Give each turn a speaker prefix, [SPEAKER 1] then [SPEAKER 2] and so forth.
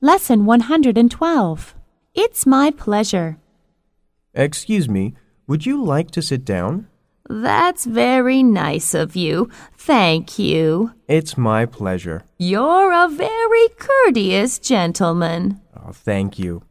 [SPEAKER 1] Lesson 112. It's my pleasure.
[SPEAKER 2] Excuse me, would you like to sit down?
[SPEAKER 1] That's very nice of you. Thank you.
[SPEAKER 2] It's my pleasure.
[SPEAKER 1] You're a very courteous gentleman.
[SPEAKER 2] Oh, thank you.